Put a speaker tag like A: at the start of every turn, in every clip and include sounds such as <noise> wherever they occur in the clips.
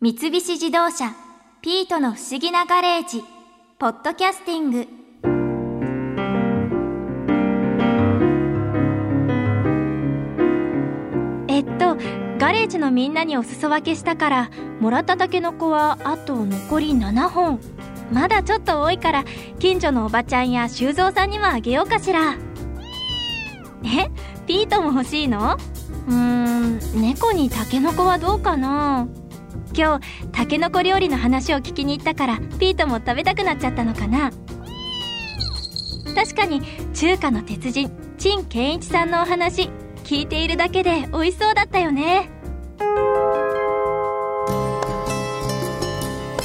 A: 三菱自動車「ピートの不思議なガレージ」「ポッドキャスティング」えっとガレージのみんなにお裾分けしたからもらったタケノコはあと残り7本まだちょっと多いから近所のおばちゃんや修造さんにもあげようかしらえピートも欲しいのうーん猫にタケノコはどうかな今日タケノコ料理の話を聞きに行ったからピートも食べたくなっちゃったのかな確かに中華の鉄人陳健一さんのお話聞いているだけで美味しそうだったよね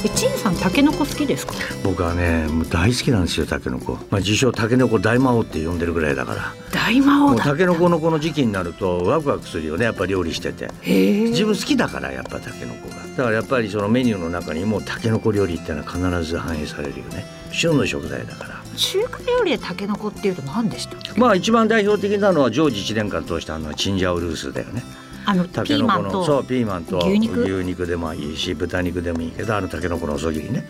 B: え陳さんタケノコ好きですか
C: 僕はねもう大好きなんですよタケノコ、まあ、自称タケノコ大魔王って呼んでるぐらいだから
B: 大魔
C: も
B: 王
C: う
B: だ
C: タケノコのこの時期になるとワクワクするよねやっぱ料理してて
B: へえ
C: 自分好きだからやっぱタケノコがだからやっぱりそのメニューの中にもタケノコ料理ってのは必ず反映されるよね旬の食材だから
B: 中華料理でタケノコっていうと何でしたっけ
C: まあ一番代表的なのは常時1年間通したあのチンジャオルースだよね
B: あのピ
C: タケ
B: ー
C: ノ
B: マ
C: コ
B: ン
C: のそ
B: と
C: うピーマンと
B: 牛肉
C: でもいいし豚肉でもいいけどあのタケノコの細切りね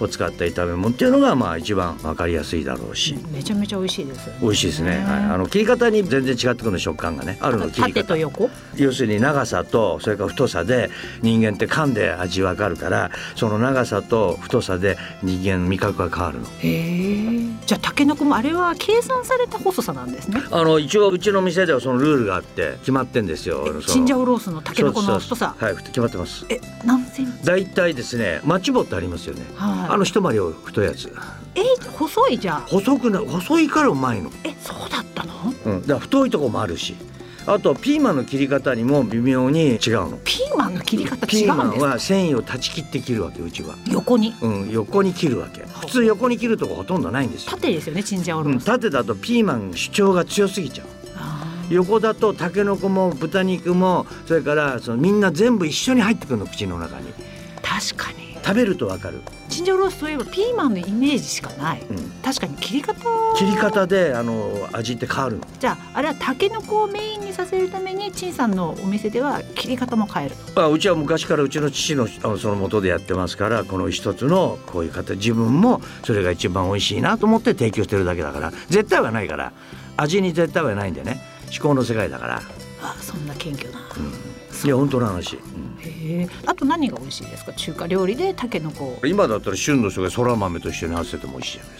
C: を使った炒め物っていうのがまあ一番わかりやすいだろうし
B: めちゃめちゃ美味しいですよね
C: 美味しいですね、はい、あの切り方に全然違ってくるの食感がねあるの切り
B: 縦
C: 方
B: と横
C: 要するに長さとそれから太さで人間って噛んで味わかるからその長さと太さで人間の味覚が変わるの
B: へえじゃあタケノコもあれは計算された細さなんですね
C: あの一応うちの店ではそのルールがあって決まってんですよ
B: チンジャ
C: オ
B: オロースのタケノコの太さ
C: はい決まってます
B: え何センチ
C: 大体ですねマッチ棒ってありますよねあ
B: はい
C: の一回りを太いやつ
B: え細いじゃん
C: 細くな細いからうまいの、
B: えそうだったの
C: うん、だから太いとこもあるしあとピーマンの切り方にも微妙に違うの
B: ピーマンの切り方違
C: ピー
B: う
C: マ
B: ん
C: ン
B: です
C: は繊維を断ち切って切るわけうちは、
B: 横に
C: うん、横に切るわけ普通横に切るとこほとんどないんですよ、
B: 縦ですよねチンジャオロ
C: うん、
B: ース、
C: 縦だとピーマン主張が強すぎちゃう
B: あー
C: 横だとタケノコも豚肉もそれからそのみんな全部一緒に入ってくるの口の中に
B: 確かに
C: 食べるとわかる、
B: チンジャオロースといえばピーマンのイメージしかない
C: うん、
B: 確かに切り方
C: 切り方であの味って変わるの
B: じゃああれはタケノコをメインにさせるために陳さんのお店では切り方も変える
C: まあ、うちは昔からうちの父のあのその元でやってますからこの一つのこういう形自分もそれが一番美味しいなと思って提供してるだけだから絶対はないから味に絶対はないんでね思考の世界だから、
B: あそんな謙虚な
C: うん、いや本当の話、うん
B: へえあと何が美味しいですか中華料理でタケノコ
C: 今だったら旬の人がそら豆と一緒に合わせても美味しいじゃないで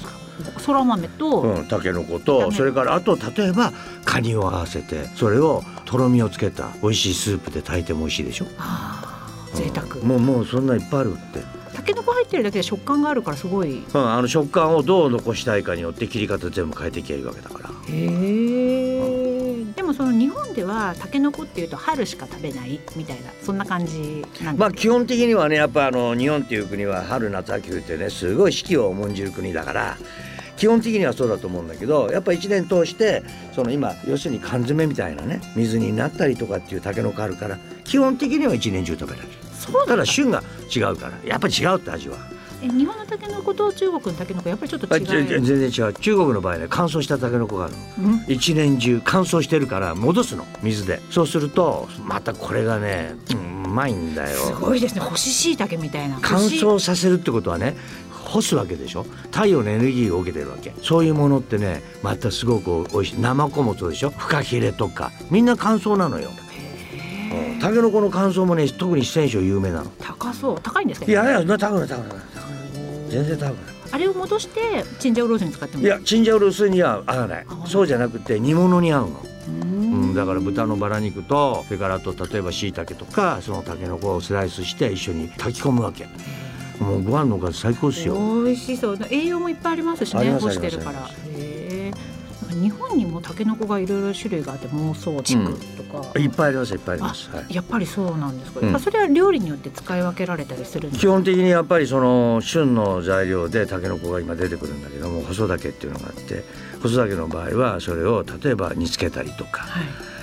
C: すか、
B: そら豆と
C: うん、たけのこ
B: 炒
C: と
B: め
C: それからあと例えばカニを合わせてそれをとろみをつけた美味しいスープで炊いても美味しいでしょ
B: あー贅沢
C: うんもうもうそんないっぱいあるって
B: タケノコ入ってるだけで食感があるからすごい
C: うん、あの食感をどう残したいかによって切り方全部変えていけばいいわけだから
B: へえでもその日本ではタケノコっていうと春しか食べないみたいなそんな感じなん
C: ま
B: で
C: あ基本的にはねやっぱあの日本っていう国は春夏秋冬ってねすごい四季を重んじる国だから基本的にはそうだと思うんだけどやっぱ一年通してその今要するに缶詰みたいなね水煮になったりとかっていうタケノコあるから基本的には一年中食べられる
B: そう
C: た
B: だ
C: だ旬が違うからやっぱり違うって味は
B: え日本のタケノコと中国のタケノコやっぱりちょっと
C: あ
B: 違
C: ち全
B: う、
C: 然違う中国の場合ね乾燥したタケノコがあるの
B: うん
C: 一年中乾燥してるから戻すの水でそうするとまたこれがね、うんうまいんだよ
B: すごいですね干し椎茸みたいな
C: 乾
B: 干し
C: 燥させるってことはね干すわけでしょ太陽のエネルギーを受けてるわけそういうものってねまたすごく美味しい生小物でしょフカヒレとかみんな乾燥なのようんタケノコの乾燥もね特に四川省有名なの
B: 高そう高いんですけ
C: い
B: どね、
C: やいやそんな高くない高くない高くない全然高くない
B: あれを戻してチンジャオロースに使っても
C: いやチンジャオロースには合わない
B: 合わない
C: そうじゃなくて煮物に合うの
B: う
C: うん、
B: ん
C: だから豚のバラ肉とそれからあと例えばしいたけとかそのたけのこをスライスして一緒に炊き込むわけもうご飯のおかず最高ですよ
B: 美味しそう栄養もいっぱいありますし
C: あ
B: ね
C: ります
B: 干してるから
C: あ
B: へえ日本にもタケノコがいろいろ種類があって妄想地区とか、
C: いっぱいありますいっぱいあります、はい、
B: やっぱりそうなんですか、
C: うん
B: やっぱそれは料理によって使い分けられたりするんです
C: 基
B: か
C: 本的にやっぱりその旬の材料でたけのこが今出てくるんだけども細竹っていうのがあって細竹の場合はそれを例えば煮つけたりとか、
B: は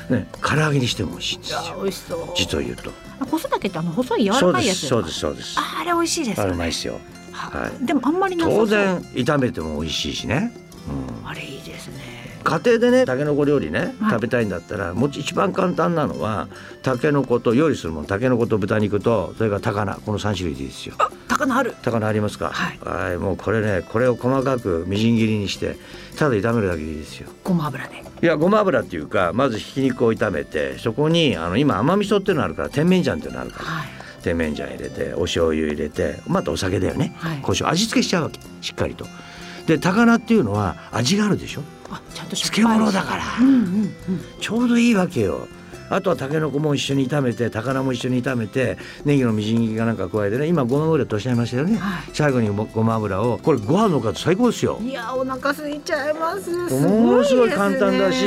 B: い
C: ね、唐揚げにしても美味しいんで
B: い
C: すよ
B: や美味しそう
C: 実を言うと
B: あ細竹ってあの細い柔
C: そ
B: ら
C: う
B: か
C: で
B: いやつ
C: すそうですそうです
B: ああれ美味しいです
C: あ
B: よ
C: れうまい
B: ね
C: ですよ
B: は
C: はい
B: でもあんまりなさそ
C: 当
B: う
C: 然炒めても美味しいしね、うん
B: あれいいですね
C: 家庭でねたけのこ料理ね、
B: はい
C: 食べたいんだったらもう一番簡単なのはたけのこと用意するものたけのこと豚肉とそれから高菜この3種類でいいですよ。
B: 高菜ある
C: 高菜ありますか
B: はい
C: いもうこれねこれを細かくみじん切りにしてただ炒めるだけでいいですよ。
B: ごま油で
C: いやごま油っていうかまずひき肉を炒めてそこにあの今甘味噌っていうのあるから甜麺醤っていうのあるから
B: はい
C: 甜麺醤入れてお醤油入れてまたお酒だよね、
B: はい
C: 胡椒味付けしちゃうわけしっかりと。で高菜っていうのは味があるでしょ
B: あちゃんと
C: 漬物だから
B: うんうんうん
C: ちょうどいいわけよあとはたけのこも一緒に炒めて高菜も一緒に炒めてネギのみじん切りかなんか加えてね今ごま油とおっしゃいましたよね、
B: は
C: 最後にごごま油をこれご飯のおかず最高ですよ
B: いやお腹空いちゃいます
C: ものすごい簡単だし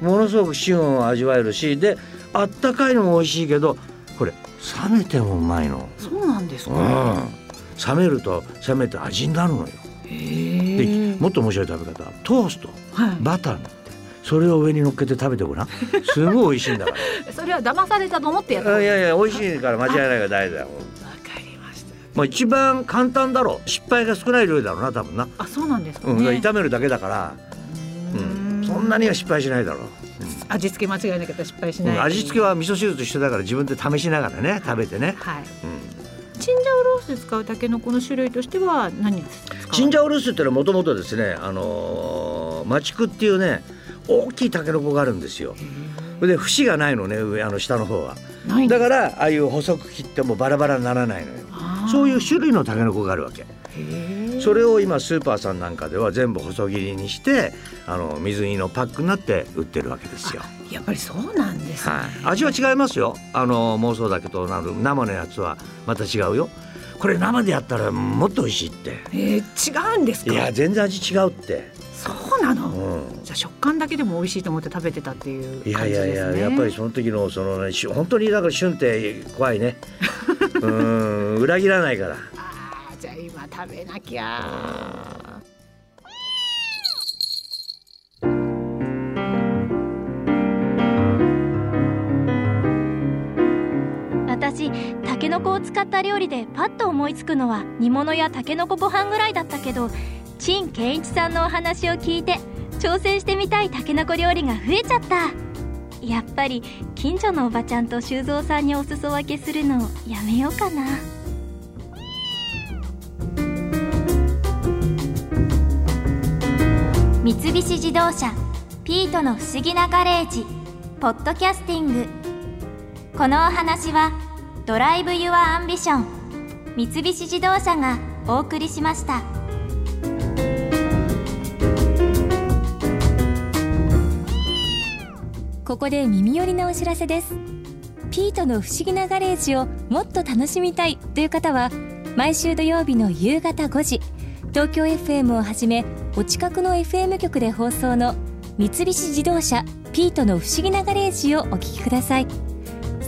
C: ものすごく旬を味わえるしであったかいのも美味しいけどこれ冷めてもうまいの、
B: そうなんです
C: うん
B: か、
C: 冷めると冷めて味になるのよ
B: へ
C: で
B: え
C: もっと面白い食べ方トースト
B: は
C: バターになってそれを上に乗っけて食べてごらんすごい美味しいんだから
B: い、それは騙されたと思ってやった
C: あいやい
B: わ
C: や美味しいから間違いないが大事だよ。
B: かりました
C: まあ一番簡単だろう失敗が少ない料理だろうな多分な、
B: あそうなんですか
C: うん
B: ね、
C: 炒めるだけだから、
B: う
C: うん
B: ん
C: そんなには失敗しないだろう、
B: 味付け間違いなかったら失敗し
C: う
B: ない、
C: ん味付けは味噌汁と一緒だから自分で試しながらね食べてね、
B: はい
C: うん、
B: チンジャオロースで使うタケノコの種類としては何ですか
C: チンジャオルースっていうのはもともとですねあのー、マチクっていうね大きいタケノコがあるんですよで節がないのね上あの下の方は
B: ないんで
C: だ
B: す
C: からああいう細く切ってもバラバラにならないのよ
B: あー
C: そういう種類のタケノコがあるわけ
B: へえ
C: それを今スーパーさんなんかでは全部細切りにしてあの水煮のパックになって売ってるわけですよ。
B: やっぱりそうなんですね、
C: はい、味は違いますよあの妄想だけとなる生のやつはまた違うよこれ生でやったらもっと美味しいって
B: えー、違うんです
C: い
B: か
C: や全然味違うって、
B: そうなの、
C: うん、
B: じゃあ食感だけでも美味しいと思って食べてたっていう
C: いや
B: 感
C: い
B: じです
C: や
B: ね
C: いや、やっぱりその時のそのねし本当にだから旬って怖い <laughs> ねうん裏切らないから
B: あーじゃあ今食べなきゃ
A: 私タケノコを使った料理でパッと思いつくのは煮物やタケノコご飯ぐらいだったけど陳健一さんのお話を聞いて挑戦してみたいタケノコ料理が増えちゃったやっぱり近所のおばちゃんと修造さんにお裾分けするのやめようかな三菱自動車「ピートの不思議なガレージ」ポッドキャスティングこのお話はドライブ・ユア・アンビション三菱自動車がお送りしました。
D: ここで耳寄りなお知らせですピートの不思議なガレージをもっと楽しみたいという方は毎週土曜日の夕方5時東京 FM をはじめお近くの FM 局で放送の三菱自動車ピートの不思議なガレージをお聞きください